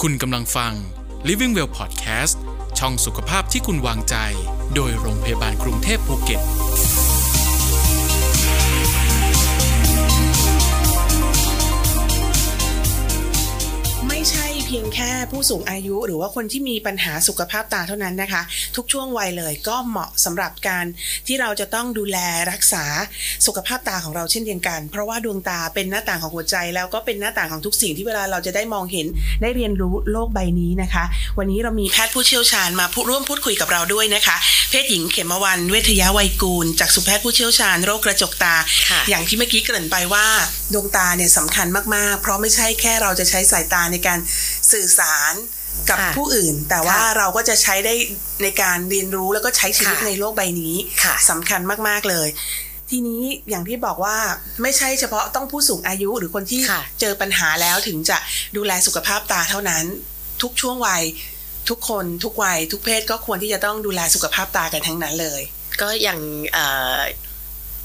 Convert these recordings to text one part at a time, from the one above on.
คุณกำลังฟัง Living Well Podcast ช่องสุขภาพที่คุณวางใจ โดยโรงพยาบาลกรุงเทพภูเก็ต ไม่ใช่เพียงแค่ผู้สูงอายุ หรือว่าคนที่มีปัญหาสุขภาพตาเท่านั้นนะคะ ทุกช่วงวัยเลยก็เหมาะสำหรับการที่เราจะต้องดูแลรักษาสุขภาพตาของเราเช่นเดียวกัน เพราะว่าดวงตาเป็นหน้าต่างของหัวใจแล้วก็เป็นหน้าต่างของทุกสิ่งที่เวลาเราจะได้มองเห็นได้เรียนรู้โลกใบนี้นะคะ วันนี้เรามีแพทย์ผู้เชี่ยวชาญมาพูร่วมพูดคุยกับเราด้วยนะคะ เพศหญิงเขมวันเวทยาวัยกูล จากสุแพทย์ผู้เชี่ยวชาญโรคกระจกตา ค่ะ อย่างที่เมื่อกี้เกริ่นไปว่าดวงตาเนี่ยสำคัญมาก ๆ เพราะไม่ใช่แค่เราจะใช้สายตาในการสื่อสารกับ ค่ะ ผู้อื่น แต่ว่า ค่ะ เราก็จะใช้ได้ในการเรียนรู้แล้วก็ใช้ชีวิต ค่ะ ในโลกใบนี้ ค่ะ สำคัญมาก ๆ เลย ทีนี้อย่างที่บอกว่าไม่ใช่เฉพาะต้องผู้สูงอายุหรือคนที่ ค่ะ เจอปัญหาแล้วถึงจะดูแลสุขภาพตาเท่านั้น ทุกช่วงวัย ทุกคนทุกวัย ทุกเพศก็ควรที่จะต้องดูแลสุขภาพตากันทั้งนั้นเลย ก็อย่างเอ่อ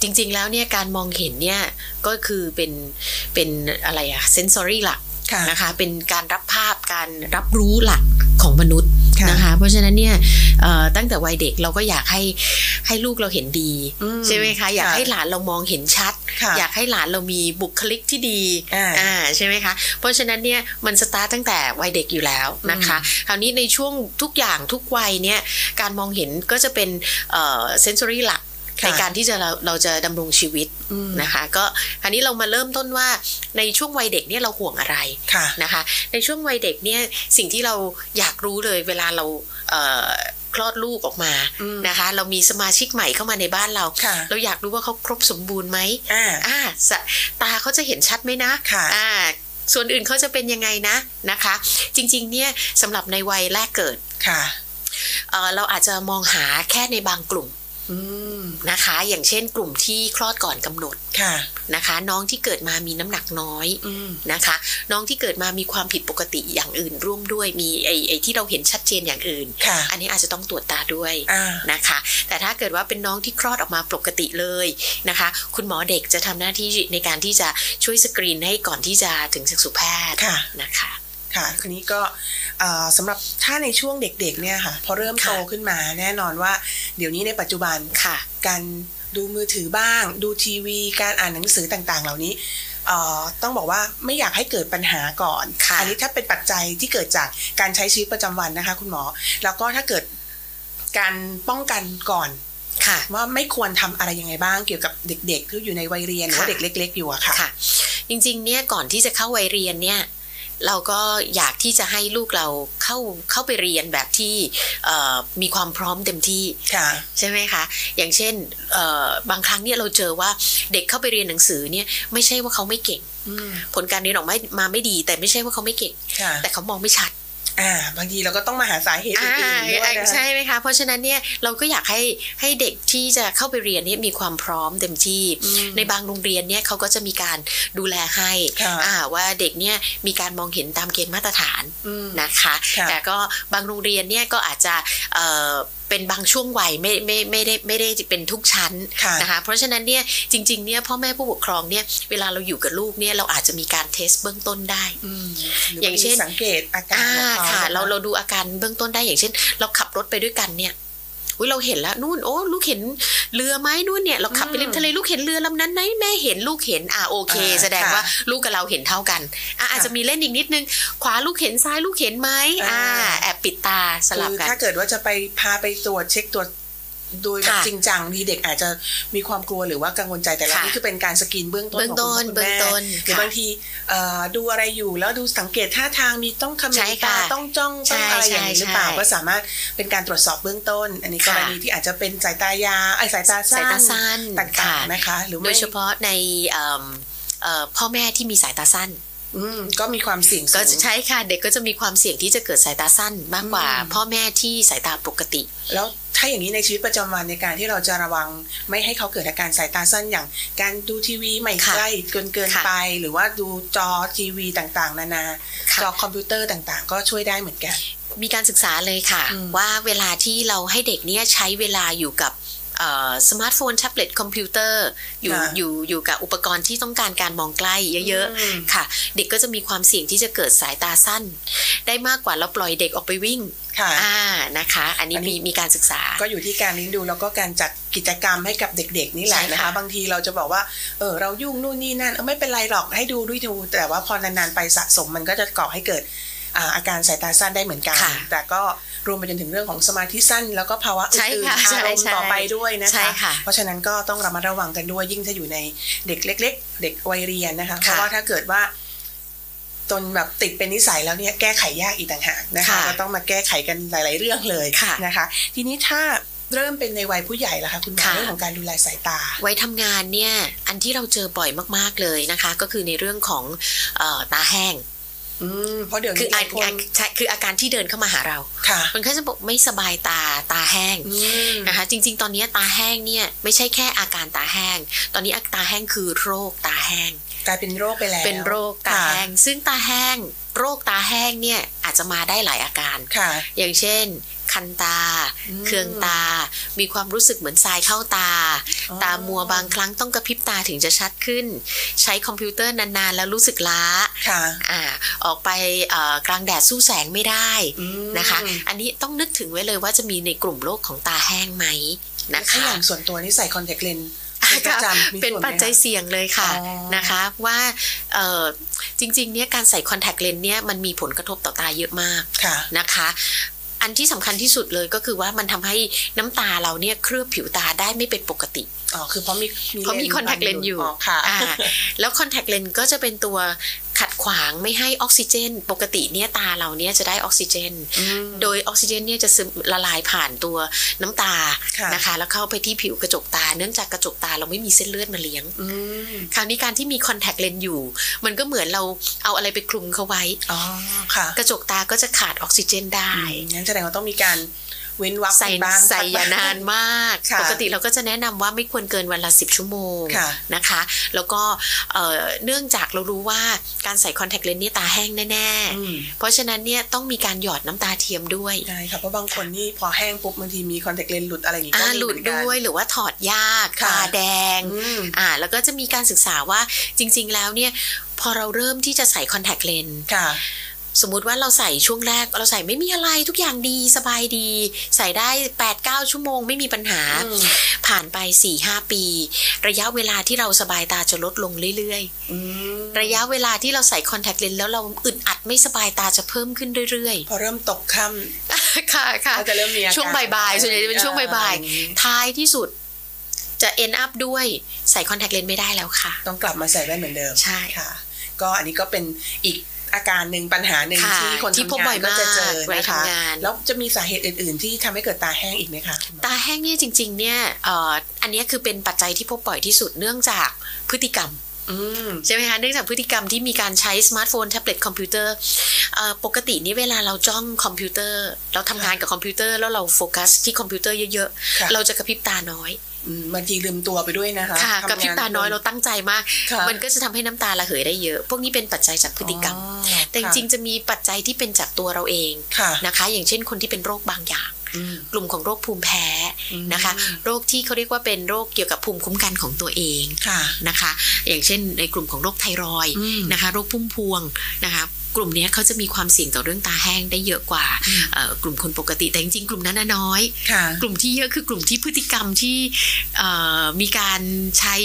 จริงๆแล้วเนี่ยการมองเห็นเนี่ยก็คือเป็นเป็นอะไรอะเซนซอรี่หลัก ค่ะ นะคะเป็นการรับภาพการรับรู้หลักของมนุษย์ ค่ะ นะคะเพราะฉะนั้นเนี่ยเอ่อตั้งแต่วัยเด็กเราก็อยากให้ให้ลูกเราเห็นดี อืม ใช่ไหมคะ อยาก ค่ะ ให้หลานเรามองเห็นชัด ค่ะ อยากให้หลานเรามีบุคลิกที่ดี อ่า ใช่ไหมคะ เพราะฉะนั้นเนี่ยมันสตาร์ตตั้งแต่วัยเด็กอยู่แล้วนะคะ คราวนี้ในช่วงทุกอย่างทุกวัยเนี่ยการมองเห็นก็จะเป็นเซนซอรี่หลัก ค่ะ ในการที่จะเราเราจะดำรงชีวิต อืม นะคะ ก็คราวนี้เรามาเริ่มต้นว่าในช่วงวัยเด็กเนี่ยเราห่วงอะไร ค่ะ นะคะ ในช่วงวัยเด็กเนี่ยสิ่งที่เราอยากรู้เลยเวลาเราเอ่อคลอดลูกออกมา อืม นะคะ เรามีสมาชิกใหม่เข้ามาในบ้านเรา ค่ะ เราอยากรู้ว่าเขาครบสมบูรณ์ไหม อ่า อ่าสะตาเขาจะเห็นชัดไหมนะ ค่ะ อ่า ส่วนอื่นเขาจะเป็นยังไงนะนะคะ จริงๆ เนี่ยสำหรับในวัยแรกเกิด ค่ะ เอ่อเราอาจจะมองหาแค่ในบางกลุ่ม อืม นะคะ อย่างเช่นกลุ่มที่คลอดก่อนกำหนด ค่ะ นะคะ น้องที่เกิดมามีน้ำหนักน้อย อืม นะคะ น้องที่เกิดมามีความผิดปกติอย่างอื่นร่วมด้วยมีไอ้ไอ้ที่เราเห็นชัดเจนอย่างอื่น ค่ะ อันนี้อาจจะต้องตรวจตาด้วย อ่า นะคะแต่ถ้าเกิดว่าเป็นน้องที่คลอดออกมาปกติเลยนะคะ คุณหมอเด็กจะทำหน้าที่ในการที่จะช่วยสกรีนให้ก่อนที่จะถึงสุแพทย์ ค่ะ นะคะ ค่ะคันนี้ก็เอ่อสำหรับถ้าในช่วงเด็กๆเนี่ยค่ะ พอเริ่มโต ค่ะ ขึ้นมาแน่นอนว่า เดี๋ยวนี้ในปัจจุบัน ค่ะ การดูมือถือบ้าง ดูทีวี การอ่านหนังสือต่างๆ เหล่านี้เอ่อต้องบอกว่าไม่อยากให้เกิดปัญหาก่อน ค่ะ อันี้ถ้าเป็นปัจจัยที่เกิดจากการใช้ชีวิตประจำวันนะคะ คุณหมอ แล้วก็ถ้าเกิดการป้องกันก่อน ค่ะ ว่าไม่ควรทำอะไรยังไงบ้างเกี่ยวกับเด็กๆที่อยู่ในวัยเรียนหรือว่า ค่ะ เด็กเล็ก ๆ อยู่อะค่ะ ค่ะ จริงๆเนี่ยก่อนที่จะเข้าวัยเรียนเนี่ยเราก็อยากที่จะให้ลูกเราเข้าเข้าไปเรียนแบบที่เอ่อมีความพร้อมเต็มที่ ค่ะ ใช่ไหมคะ อย่างเช่นเอ่อบางครั้งเนี่ยเราเจอว่าเด็กเข้าไปเรียนหนังสือเนี่ยไม่ใช่ว่าเขาไม่เก่ง อืม ผลการเรียนออกมามาไม่ดี แต่ไม่ใช่ว่าเขาไม่เก่ง ค่ะ แต่เขามองไม่ชัด อ่า บางทีเราก็ต้องมาหาสาเหตุอื่ อ่าน ๆด้วยนะ ใช่ไหมคะ เพราะฉะนั้นเนี่ยเราก็อยากให้ให้เด็กที่จะเข้าไปเรียนเนี่ยมีความพร้อมเต็มที่ อืม ในบางโรงเรียนเนี่ยเขาก็จะมีการดูแลให้ ค่ะ อ่าว่าเด็กเนี่ยมีการมองเห็นตามเกณฑ์มาตรฐาน อืม นะคะ ค่ะ แต่ก็บางโรงเรียนเนี่ยก็อาจจะเอ่อเป็นบางช่วงวัยไม่ไม่ไม่ได้ไม่ได้เป็นทุกชั้น ค่ะ นะคะ เพราะฉะนั้นเนี่ยจริงๆเนี่ยพ่อแม่ผู้ปกครองเนี่ยเวลาเราอยู่กับลูกเนี่ยเราอาจจะมีการเทสเบื้องต้นได้ อืมหรื อย่างเช่น บทีสังเกตอาการ อ่า ของเขา ค่ะ น เราเราดูอาการเบื้องต้นได้อย่างเช่น เราขับรถไปด้วยกันเนี่ยอุ๊ยเราเห็นแล้วนู่นโอ้ลูกเห็นเรือไหมนู่นเนี่ยเราขับไปริมทะเลลูกเห็นเรือลำนั้นไหมแม่เห็นลูกเห็นอ่าโอเค แสดงว่าลูกกับเราเห็นเท่ากันอ่ะอาจจะมีเล่นอีกนิดนึง ขวาลูกเห็นซ้ายลูกเห็นไหมอ่าแอบปิดตาสลับ คือ กัน ถ้าเกิดว่าจะไปพาไปตรวจเช็คตรวจโดยแบบ ค่ะ จริงจังทีเด็กอาจจะมีความกลัวหรือว่ากังวลใจแต่ละ ค่ะ นี่คือเป็นการสกรีนเบื้องต้น เบื้องต้น ขคุณพ่อคุณแม่หรือเบื้องต้นค่ะ บางทีเอ่อดูอะไรอยู่แล้วดูสังเกตท่าทางมีต้องคำ ใช่ นิ ค่ะ ตาต้องจ้องต้องอะไร ใช่ อย่างนี้หรือเปล่า ใช่ ก็สามารถเป็นการตรวจสอบเบื้องต้น อันนี้ก ค่ะ รณีที่อาจจะเป็นสายตายาไอ้ยสายตา สายตา สั้น สั้น ต่า ค่ะ งๆนะคะ หรือ โด ไม่ ยเฉพาะในเอิ่มเอ่อพ่อแม่ที่มีสายตาสั้น อืมก็มีความเสี่ยงสู ก็ ง จะใช่ค่ะเด็กก็จะมีความเสี่ยงที่จะเกิดสายตาสั้นมากกว่า อืม พ่อแม่ที่สายตาปกติ แล้วถ้าอย่างนี้ในชีวิตประจำวันในการที่เราจะระวังไม่ให้เขาเกิดอาการสายตาสั้นอย่าง การดูทีวีไม่ ค่ะ ใกล้เกินเกิน ค่ะ ไป หรือว่าดูจอทีวีต่างๆ นานา ค่ะ จอคอมพิวเตอร์ต่างๆ ก็ช่วยได้เหมือนกัน มีการศึกษาเลยค่ะ อืม ว่าเวลาที่เราให้เด็กเนี่ยใช้เวลาอยู่กับ สมาร์ทโฟนแท็บเล็ตคอมพิวเตอร์อยู่ ค่ะ อยู่อยู่กับอุปกรณ์ที่ต้องการการมองใกล้เยอะ อืม ๆค่ะ เด็กก็จะมีความเสี่ยงที่จะเกิดสายตาสั้น ได้มากกว่าเราปล่อยเด็กออกไปวิ่ง ค่ะ อ่านะคะ อันนี้ อันนี้ มีมีการศึกษา ก็อยู่ที่การเลี้ยงดูแล้วก็การจัดกิจกรรมให้กับเด็กๆนี่แหละ ใช่ค่ะ นะคะ บางทีเราจะบอกว่าเออเรายุ่งนู่นนี่นั่นเออไม่เป็นไรหรอกให้ดูด้วยดู แต่ว่าพอนานๆไปสะสมมันก็จะก่อให้เกิดอ่าอาการสายตาสั้นได้เหมือนกัน ค่ะ แต่ก็รวมไปจนถึงเรื่องของสมาธิสั้น แล้วก็ภาวะอ ใช่ ื่น ค่ะ ๆ ใช่ อารมณ์ ใช่ ต่อไปด้วยนะ ใช่ คะ ค่ะ เพราะฉะนั้นก็ต้องระมัดระวังกันด้วยยิ่งถ้าอยู่ในเด็กเล็ก ๆ เด็กวัยเรียนนะคะ เพราะว่าถ้าเกิดว่าจนแบบติดเป็นนิสัยแล้วเนี่ยแก้ไขยากอีกต่างหากนะคะ ค่ะ ก็ต้องมาแก้ไขกันหลาย ๆ เรื่องเลย ค่ะ นะคะ ทีนี้ถ้าเริ่มเป็นในวัยผู้ใหญ่แล้วคะคุณหมอ ค่ะ เรื่องของการดูแลสายตา วัยทำงานเนี่ยอันที่เราเจอบ่อยมากๆเลยนะคะ ก็คือในเรื่องของเอ่อตาแห้ง อืมเพราะเดี๋ยว คือ นี้ห อา ลายคน อาใช่คืออาการที่เดินเข้ามาหาเรา ค่ะ มันก็จะบอกไม่สบายตาตาแห้ง อืม นะคะ จริง ๆ ตอนนี้ตาแห้งเนี่ยไม่ใช่แค่อาการตาแห้ง ตอนนี้อาการตาแห้งคือโรคตาแห้ง กลายเป็นโรคไปแล้ว เป็นโรคตาแห้ง ซึ่งตาแห้ง โรคตาแห้งเนี่ยอาจจะมาได้หลายอาการ ค่ะ อย่างเช่น คันตา อืม เคืองตา มีความรู้สึกเหมือนทรายเข้าตา อ๋อ ตามัวบางครั้งต้องกระพริบตาถึงจะชัดขึ้น ใช้คอมพิวเตอร์นานๆ แล้วรู้สึกล้า ค่ะ อ่าออกไปเอ่อกลางแดดสู้แสงไม่ได้ อืม นะคะ อันนี้ต้องนึกถึงไว้เลยว่าจะมีในกลุ่มโรคของตาแห้งไหมนะ ถ้า คะ อย่างส่วนตัวนี่ใส่คอนแทคเลนส์ อ่า เป็นป ค่ะ ระจำมี เป็น ส่วไหม ปัจจัย คะ เสี่ยงเลยค่ะ อ๋อ นะคะว่าเอ่อจริงๆเนี่ยการใส่คอนแทคเลนส์เนี่ยมันมีผลกระทบต่อตาเยอะมาก ค่ะ นะคะ อันที่สำคัญที่สุดเลยก็คือว่ามันทำให้น้ำตาเราเนี่ยเคลือบผิวตาได้ไม่เป็นปกติ อ๋อ คือเพราะมี เพราะมี ส์ contact lens อยู่ อ๋อค่ะ อ่าแล้วคอนแทคเลนส์ก็จะเป็นตัวขัดขวางไม่ให้ออกซิเจน ปกติเนี่ยตาเราเนี่ยจะได้ออกซิเจน โดยออกซิเจนเนี่ยจะซึมละลายผ่านตัวน้ำตา ค่ะ นะคะ แล้วเข้าไปที่ผิวกระจกตา เนื่องจากกระจกตาเราไม่มีเส้นเลือดมาเลี้ยง อืม คราวนี้การที่มีคอนแทคเลนส์อยู่ มันก็เหมือนเราเอาอะไรไปคลุมเขาไว้ อ๋อ ค่ะ กระจกตาก็จะขาดออกซิเจนได้ อืมงั้นแสดงว่าต้องมีการเว้นวรรค ใส่ ไปบ้าง ใส่อยานานมาก ค่ะ ปกติเราก็จะแนะนำว่าไม่ควรเกินวันละสิบชั่วโมง ค่ะ นะคะ แล้วก็เอ่อเนื่องจากเรารู้ว่าการใส่คอนแทคเลนส์เนี่ยตาแห้งแน่ อืม ๆ เพราะฉะนั้นเนี่ยต้องมีการหยอดน้ำตาเทียมด้วย ใช่ค่ะ เพราะบางคนนี่พอแห้งปุ๊บบางทีมีคอนแทคเลนส์หลุดอะไรอย่างงี้ก็ อ่า มี หลุด เมือนกัน ด้วยหรือว่าถอดยาก ค่ะ ตาแดง อืม อ่าแล้วก็จะมีการศึกษาว่าจริง ๆ แล้วเนี่ยพอเราเริ่มที่จะใส่คอนแทคเลนส์ ค่ะ สมมุติว่าเราใส่ช่วงแรก เราใส่ไม่มีอะไรทุกอย่างดีสบายดี ใส่ได้ 8 9 ชั่วโมงไม่มีปัญหา อืม ผ่านไป 4-5 ปี ระยะเวลาที่เราสบายตาจะลดลงเรื่อย อืม ๆ ระยะเวลาที่เราใส่คอนแทคเลนส์แล้วเราอึดอัดไม่สบายตาจะเพิ่มขึ้นเรื่อย พอเริ่มตกค่ ๆ ค่ะค่ะ ำก็จะเริ่มมีอากร ช่วงบ่ายๆส่วนใหญ่จะเป็นช่วงบ่าย อองงี้ ๆ ท้ายที่สุดจะ end up ด้วยใส่คอนแทคเลนส์ไม่ได้แล้วค่ะ ต้องกลับมาใส่แว่นเหมือนเดิม ใช่ ค่ะ ก็อันนี้ก็เป็นอีกอาการหนึ่งปัญหาหนึ่ง ค่ะ ที่คน ที่พบ ทำ บ่ งา อน ย ก็ มาก จะเจอ วัย นะคะ ทำงาน แล้วจะมีสาเหตุอื่น ๆ ที่ทำให้เกิดตาแห้งอีกไหมคะคุณหมอ ตาแห้งเนี่ยจริง ๆ เนี่ยเอ่ออันเนี้ยคือเป็นปัจจัยที่พบบ่อยที่สุดเนื่องจากพฤติกรรม อืม ใช่ไหมคะเนื่องจากพฤติกรรมที่มีการใช้สมาร์ทโฟนแท็บเล็ตคอมพิวเตอร์เอ่อปกตินี่เวลาเราจ้องคอมพิวเตอร์ เราทำงานกับคอมพิวเตอร์แล้วเราโฟกัสที่คอมพิวเตอร์เยอะ ค่ะ ๆ เราจะกระพริบตาน้อย อืมบางทีลืมตัวไปด้วยนะคะ ค่ะ ทำง กระพริบตาน้อยเราตั้งใจมาก ค่ะ มันก็จะทำให้น้ำตาระเหยได้เยอะ พวกนี้เป็นปัจจัยจากพฤติกรรม อ๋อ แต่จริงๆจะมีปัจจัยที่เป็นจากตัวเราเอง ค่ะ นะคะ อย่างเช่นคนที่เป็นโรคบางอย่าง อืม กลุ่มของโรคภูมิแพ้นะคะ อืม โรคที่เขาเรียกว่าเป็นโรคเกี่ยวกับภูมิคุ้มกันของตัวเอง ค่ะ นะคะ อย่างเช่น ในกลุ่มของโรคไทรอยด์ อืม นะคะ โรคพุ่มพวงนะคะ กลุ่มเนี้ยเขาจะมีความเสี่ยงต่อเรื่องตาแห้งได้เยอะกว่า อืม เอ่อกลุ่มคนปกติแต่จริงๆกลุ่มนั้นน่ะน้อย ค่ะ กลุ่มที่เยอะคือกลุ่มที่พฤติกรรมที่เอ่อมีการใช้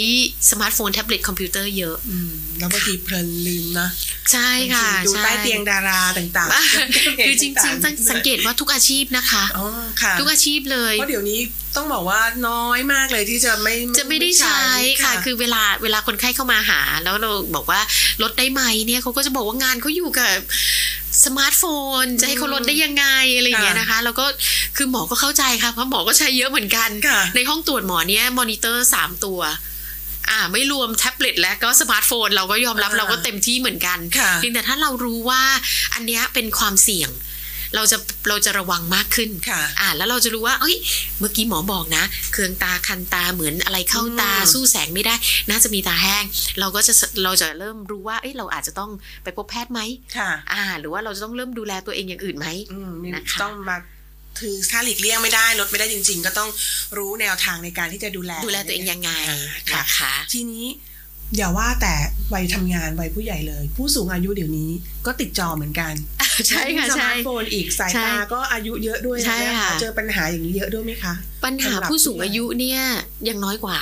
สมาร์ทโฟนแท็บเล็ตคอมพิวเตอร์เยอะ อืมแล้วบางทีเพลินลืมนะ ใช่ค่ะ บางทีดู ช่ ใต้เตียงดาราต่าง อ่ะ ๆ คือจริงๆต้องสังเกตว่าทุกอาชีพนะคะ อ๋อค่ะ ทุกอาชีพเลย เพราะเดี๋ยวนี้ต้องบอกว่าน้อยมากเลยที่จะไม่ จะไม่ได้ใช้ค่ะ ไม่ใช้ คือเวลาเวลาคนไข้เข้ามาหา แล้วเราบอกว่าลดได้ไหมเนี่ยเขาก็จะบอกว่างานเขาอยู่กับสมาร์ทโฟน จะให้เขาลดได้ยังไงอะไรอย่างเงี้ย ค่ะ นะคะ แล้วก็คือหมอก็เข้าใจค่ะเพราะหมอก็ใช้เยอะเหมือนกัน ค่ะ ในห้องตรวจหมอเนี่ยมอนิเตอร์สามตัว อ่า ไม่รวมแท็บเล็ตและก็สมาร์ทโฟน เราก็ยอมรับเราก็เต็มที่เหมือนกัน ค่ะ เพียงแต่ถ้าเรารู้ว่าอันเนี้ยเป็นความเสี่ยง เราจะเราจะระวังมากขึ้น ค่ะ อ่าแล้วเราจะรู้ว่าเอ้ย เมื่อกี้หมอบอกนะ เคืองตาคันตาเหมือนอะไรเข้าตา อืม สู้แสงไม่ได้ น่าจะมีตาแห้ง เราก็จะเราจะเริ่มรู้ว่าเอ้ยเราอาจจะต้องไปพบแพทย์ไหม ค่ะ อ่า หรือว่าเราจะต้องเริ่มดูแลตัวเองอย่างอื่นไหม อืมมี นะคะ ต้องมา คือถ้าหลีกเลี่ยงไม่ได้ลดไม่ได้จริง ๆ ก็ต้องรู้แนวทางในการที่จะดูแล ดูแลตัวเองยังไง ค่ะ นะคะ ทีนี้อย่าว่าแต่วัยทำงานวัยผู้ใหญ่เลย ผู้สูงอายุเดี๋ยวนี้ก็ติดจอเหมือนกัน ใช่ค่ะ มีสมา ใช่ ร์ทโฟนอีกสาย ใช่ ตาก็อายุเยอะด้วยน ใช่ค่ะ เจอปัญหาอย่างนี้เยอะด้วยไหมคะ ปัญหา สำหรับ ผู้สูงอายุเนี่ยยังน้อยกว่า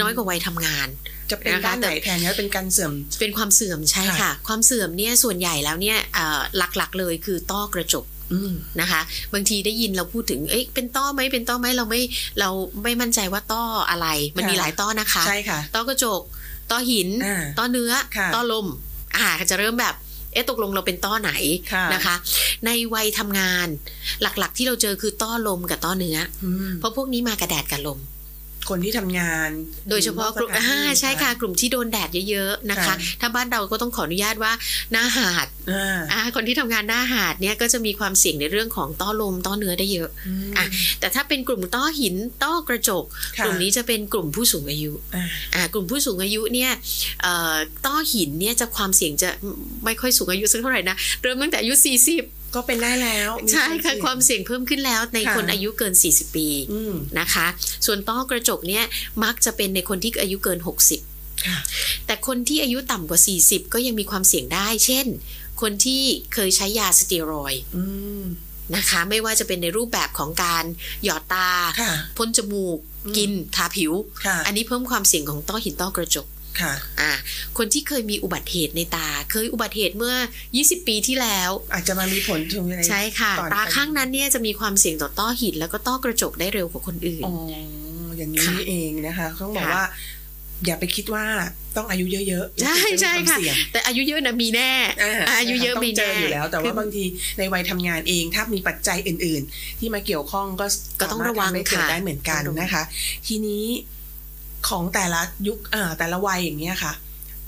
น้อยกว่าวัยทำงาน จะเป็น นะคะ ด้านไหน แต่ แทนเนี้เป็นการเสื่อม เป็นความเสื่อมใช่ ค่ะ ค่ะ ความเสื่อมเนี่ยส่วนใหญ่แล้วเนี่ยเอ่อหลักๆเลยคือต้อกระจก อืม นะคะบางทีได้ยินเราพูดถึง เอ๊ะเป็นต้อไหมเป็นต้อไหมเราไม่เราไม่มั่นใจว่าต้ออะไร มันมี ค่ะ หลายต้อนะคะ ใช่ค่ะ ต้อกระจก ต้อหิน อ่า ต้อเนื้อ ค่ะ ต้อลม อ่าจะเริ่มแบบ เอ๊ะตกลงเราเป็นต้อไหน ค่ะ นะคะ ในวัยทำงาน หลักๆ ที่เราเจอคือต้อลมกับต้อเนื้อ อืม เพราะพวกนี้มากระแดดกับลม คนที่ทำงาน โดยเฉพาะกลุ่ม น อ่า สถนที่ ใช่ค่ะกลุ่มที่โดนแดดเยอะๆนะคะ ค่ะ ถ้าบ้านเราก็ต้องขออนุญาตว่าหน้าหาด อ่า อ่าคนที่ทำงานหน้าหาดเนี่ยก็จะมีความเสี่ยงในเรื่องของต้อลม ต้อเนื้อได้เยอะ ม อ่ะ แต่ถ้าเป็นกลุ่มต้อหินต้อกระจก ค่ะ กลุ่มนี้จะเป็นกลุ่มผู้สูงอายุ อ่า อ่ากลุ่มผู้สูงอายุเนี่ยเอ่อต้อหินเนี่ยจะความเสี่ยงจะไม่ค่อยสูงอายุสักเท่าไหร่นะเริ่มตั้งแต่อายุ 40 ก็เป็นได้แล้วมี ใช่ค่ะ นเสี่ยง ความเสี่ยงเพิ่มขึ้นแล้วใน ค่ะ คนอายุเกิน 40 ปี อืม นะคะ ส่วนต้อกระจกเนี่ยมักจะเป็นในคนที่อายุเกิน 60 ค่ะ แต่คนที่อายุต่ำกว่า 40 ก็ยังมีความเสี่ยงได้ เช่น คนที่เคยใช้ยาสเตียรอยด์ อืม นะคะไม่ว่าจะเป็นในรูปแบบของการหยอดตา ค่ะ พ่นจมูก อืม กิน ทาผิว ค่ะ อันนี้เพิ่มความเสี่ยงของต้อหินต้อกระจก ค่ะ อ่าคนที่เคยมีอุบัติเหตุในตา เคยอุบัติเหตุเมื่อ 20 ปีที่แล้ว อาจจะมามีผลถึงใน ใช่ค่ะ ก่อน ตาข้างนั้นเนี่ยจะมีความเสี่ยงต่อต้อหิน แล้วก็ต้อกระจกได้เร็วกว่าคนอื่น อ๋ออย่างนี้ ค่ะ นี่เองนะคะต้องบอก ค่ะ ว่า อย่าไปคิดว่าต้องอายุเยอะๆ ใช่ใช่ ถึงจมีวาม ค่ะ เสี่ยง แต่อายุเยอะนะมีแน่ อ่า อายุเยอะ ต้ มี องเจ แน่ ออยู่แล้ว แต่ คื ว่า อ บางทีในวัยทำงานเอง ถ้ามีปัจจัยอื่น ๆ ที่มาเกี่ยวข้องก็ ก็ต้องระวัง สามารถทำให้เกิด ค่ะ ได้เหมือนกัน ต้องระวัง นะคะ ทีนี้ของแต่ละยุคเอ่อแต่ละวัยอย่างเงี้ยค่ะ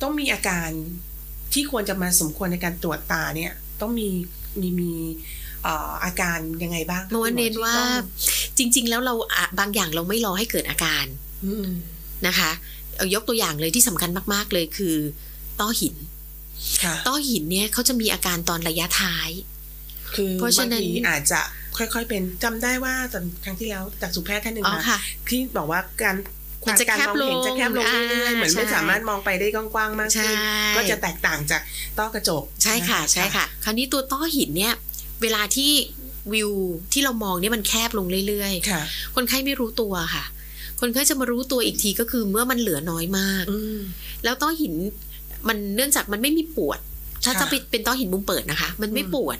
ต้องมีอาการที่ควรจะมาสมควรในการตรวจตาเนี่ย ต้องมีมีมีเอ่ออาการยังไงบ้างคะ โน้นเน้นว่า ที่ต้อง จริง ๆ แล้วเราอ่ะบางอย่างเราไม่รอให้เกิดอาการ อืม นะคะเอายกตัวอย่างเลยที่สำคัญมากๆเลยคือ ต้อหิน ค่ะ ต้อหินเนี่ยเขาจะมีอาการตอนระยะท้าย คือ เพราะ บา ฉะ ง นั้น ทีอาจจะค่อยๆเป็นจำได้ว่าตอนครั้งที่แล้วจากสุแพทย์ท่านหนึ่ง อ๋อ มา ค่ะ ที่บอกว่าการ มันจะ การมองเห็น แคบลง จะแคบลงเรื่อยๆ อ่า เหมือนไม่ ใช่ สามารถมองไปได้กว้างๆมาก ใช่ ขึ้นก็จะแตกต่างจากต้อกระจก ใช่ค่ะใช่ค่ะ คราวนี้ตัวต้อหินเนี่ยเวลาที่วิวที่เรามองเนี่ยมันแคบลงเรื่อย ค่ะ ๆ คนไข้ไม่รู้ตัวค่ะ คนไข้จะมารู้ตัวอีกทีก็คือเมื่อมันเหลือน้อยมาก อืม แล้วต้อหินมันเนื่องจากมันไม่มีปวด ถ้า ค่ะ จะเป็นเป็นต้อหินมุมเปิดนะคะ มันไม่ อืม ปวด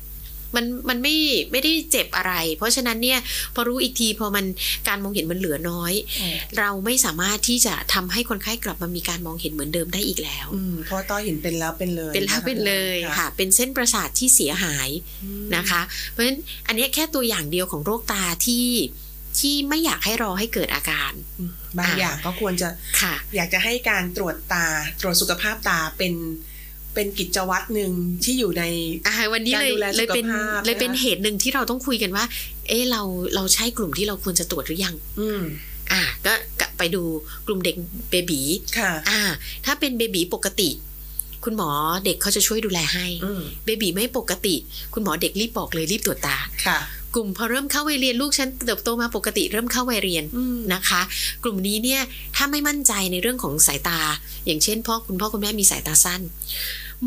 มันมันไม่ไม่ได้เจ็บอะไร เพราะฉะนั้นเนี่ยพอรู้อีกทีพอมันการมองเห็นมันเหลือน้อย เราไม่สามารถที่จะทำให้คนไข้กลับมามีการมองเห็นเหมือนเดิมได้อีกแล้ว อืมเพราะว่าต้อหินเป็นแล้วเป็นเลย เป็นแล้ว ะคะ เป็นเลยค่ะ เป็นเส้นประสาทที่เสียหาย อืม นะคะ เพราะฉะนั้นอันเนี้ยแค่ตัวอย่างเดียวของโรคตาที่ที่ไม่อยากให้รอให้เกิดอาการ บางอย่างก็ควรจะ ค่ะ อยากจะให้การตรวจตาตรวจสุขภาพตาเป็นเป็นกิจวัตรหนึ่งที่อยู่ใน อ่าวันนี้เลย การดูแล เลยเป็น สุขภาพ เลยเป็น นะคะ เหตุหนึ่งที่เราต้องคุยกันว่า เออเราเราใช่กลุ่มที่เราควรจะตรวจหรือยัง อืม อ่าก็กลับไปดูกลุ่มเด็กเบบี ค่ะ อ่า ถ้าเป็นเบบีปกติ คุณหมอเด็กเขาจะช่วยดูแลให้ อืม เบบีไม่ปกติ คุณหมอเด็กรีบบอกเลยรีบตรวจตา ค่ะ กลุ่มพอเริ่มเข้าวัยเรียนลูกฉันเติบโตมาปกติเริ่มเข้าวัยเรียน อืม นะคะ กลุ่มนี้เนี่ยถ้าไม่มั่นใจในเรื่องของสายตา อย่างเช่นพ่อคุณพ่อคุณแม่มีสายตาสั้น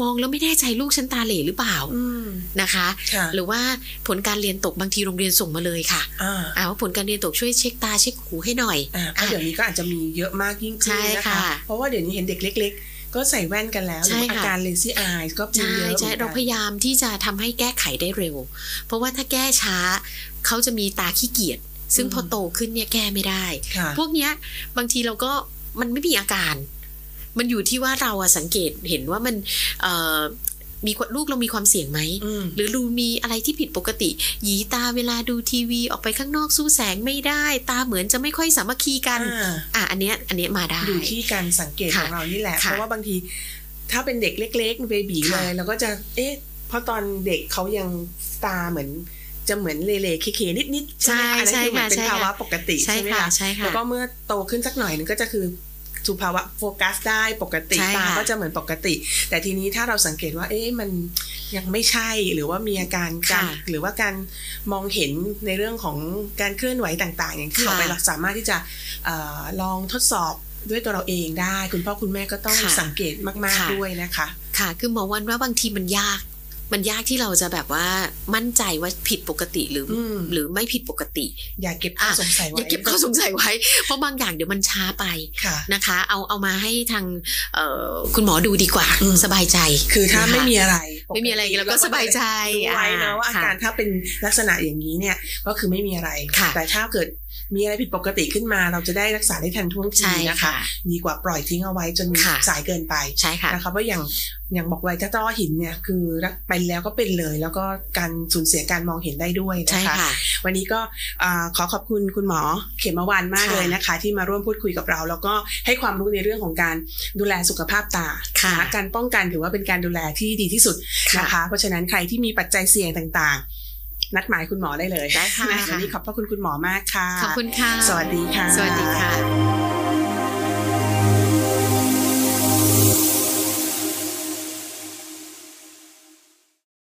มองแล้วไม่แน่ใจลูกฉันตาเหล่หรือเปล่า อืม นะคะ ค่ะ หรือว่าผลการเรียนตกบางทีโรงเรียนส่งมาเลยค่ะ อ่า อ่าว่าผลการเรียนตกช่วยเช็คตาเช็คหูให้หน่อย อ่าเพราะเดี๋ยวนี้ก็อาจจะมีเยอะมากยิ่งขึ้น ใช่ นะ ค่ะ คะ เพราะว่าเดี๋ยวนี้เห็นเด็กเล็ก ๆ ก็ใส่แว่นกันแล้วห ใช่ รือ ค่ะ อาการ lazy eye ก็มี ใช่ เยอะ ใช่ หมือนกัน เราพยายามที่จะทำให้แก้ไขได้เร็ว เพราะว่าถ้าแก้ช้าเขาจะมีตาขี้เกียจซึ่งพอโตขึ้นเนี่ยแก้ไม่ได้ ค่ะ พวกเนี้ยบางทีเราก็มันไม่มีอาการ มันอยู่ที่ว่าเราอะสังเกตเห็นว่ามันเอ่อมีความลูกเรามีความเสี่ยงไหม อืม หรือลูมีอะไรที่ผิดปกติ หยีตาเวลาดูทีวีออกไปข้างนอกสู้แสงไม่ได้ ตาเหมือนจะไม่ค่อยสามัคคีกัน อ่า อ่ะอันเนี้ยอันเนี้ยมาได้ อยู่ที่การสังเกต ค่ะ ของเรานี่แหละ ค่ะ เพราะว่าบางทีถ้าเป็นเด็กเล็กๆเบบี ค่ะ เลยเราก็จะเอ๊ะเพราะตอนเด็กเขายังตาเหมือน จะเหมือนเลเลเคเคนิดๆ ใช่ ไหมอันนั้น ใช่ คือเหมือ ค่ะ นเป็น ใช่ ภาวะ ค่ะ ปกติ ใช่ ใช่ไหม ค่ะ คะ ใช่ค่ะ แล้วก็เมื่อโตขึ้นสักหน่อยหนึงก็จะคือสู่ภาวะโฟกัสได้ปกติ ใช่ ตา ค่ะ ก็จะเหมือนปกติ แต่ทีนี้ถ้าเราสังเกตว่า เอ๊ะมัน ยังไม่ใช่หรือว่ามีอาการการ ค่ะ หรือว่าการมองเห็นในเรื่องของการเคลื่อนไหวต่างๆ อย่างที่ ค่ะ บอกไปเราสามารถที่จะเออลองทดสอบด้วยตัวเราเองได้ คุณพ่อคุณแม่ก็ต้อง ค่ะ สังเกตมาก ค่ะ ๆด้วยนะคะ ค่ะ คือหมอวันว่าบางทีมันยาก มันยากที่เราจะแบบว่ามั่นใจว่าผิดปกติหรืออ ม หรือไม่ผิดปกติ อย่าเก็บข้อ อ่ะ สงสัยไว้ อย่าเก็บข้อสงสัยไว้ เพราะบางอย่างเดี๋ยวมันช้าไป ค่ะ นะคะ เอาเอามาให้ทางเอ่อคุณหมอดูดีกว่า อืม สบายใจ คือถ้าไม่ นะคะ มีอะไร ไม่มีอะไร ปติ เราก็สบายใจ รู้ไว้นะว่าอา อ่า การถ้าเป็นลักษณะอย่างนี้เนี่ยก็คือไม่มีอะไร ค่ะ แต่ถ้าเกิดมีอะไรผิดปกติขึ้นมา เราจะได้รักษาได้ทันท่วงที ใช่ นะคะ ค่ะ ดีกว่าปล่อยทิ้งเอาไว้จน ค่ะ สายเกินไป ใช่ค่ะ นะคะเพราะอย่างอย่างบอกไว้ถ้าต้อหินเนี่ยคือรักเป็นแล้วก็เป็นเลย แล้วก็การสูญเสียการมองเห็นได้ด้วย ใช่ นะคะ ค่ะ วันนี้ก็อ่าขอขอบคุณคุณหมอเขมวันมาก ค่ะ เลยนะคะ ที่มาร่วมพูดคุยกับเรา แล้วก็ให้ความรู้ในเรื่องของการดูแลสุขภาพตา ค่ะ นการป้องกันถือว่าเป็นการดูแลที่ดีที่สุด ค่ะ นะคะ เพราะฉะนั้นใครที่มีปัจจัยเสี่ยงต่างๆ นัดหมายคุณหมอได้เลย ได้ค่ะ นวันนี้ขอบพระคุณคุณหมอมากค่ะ ขอบคุณค่ะ สวัสดีค่ะ สวัสดีค่ะ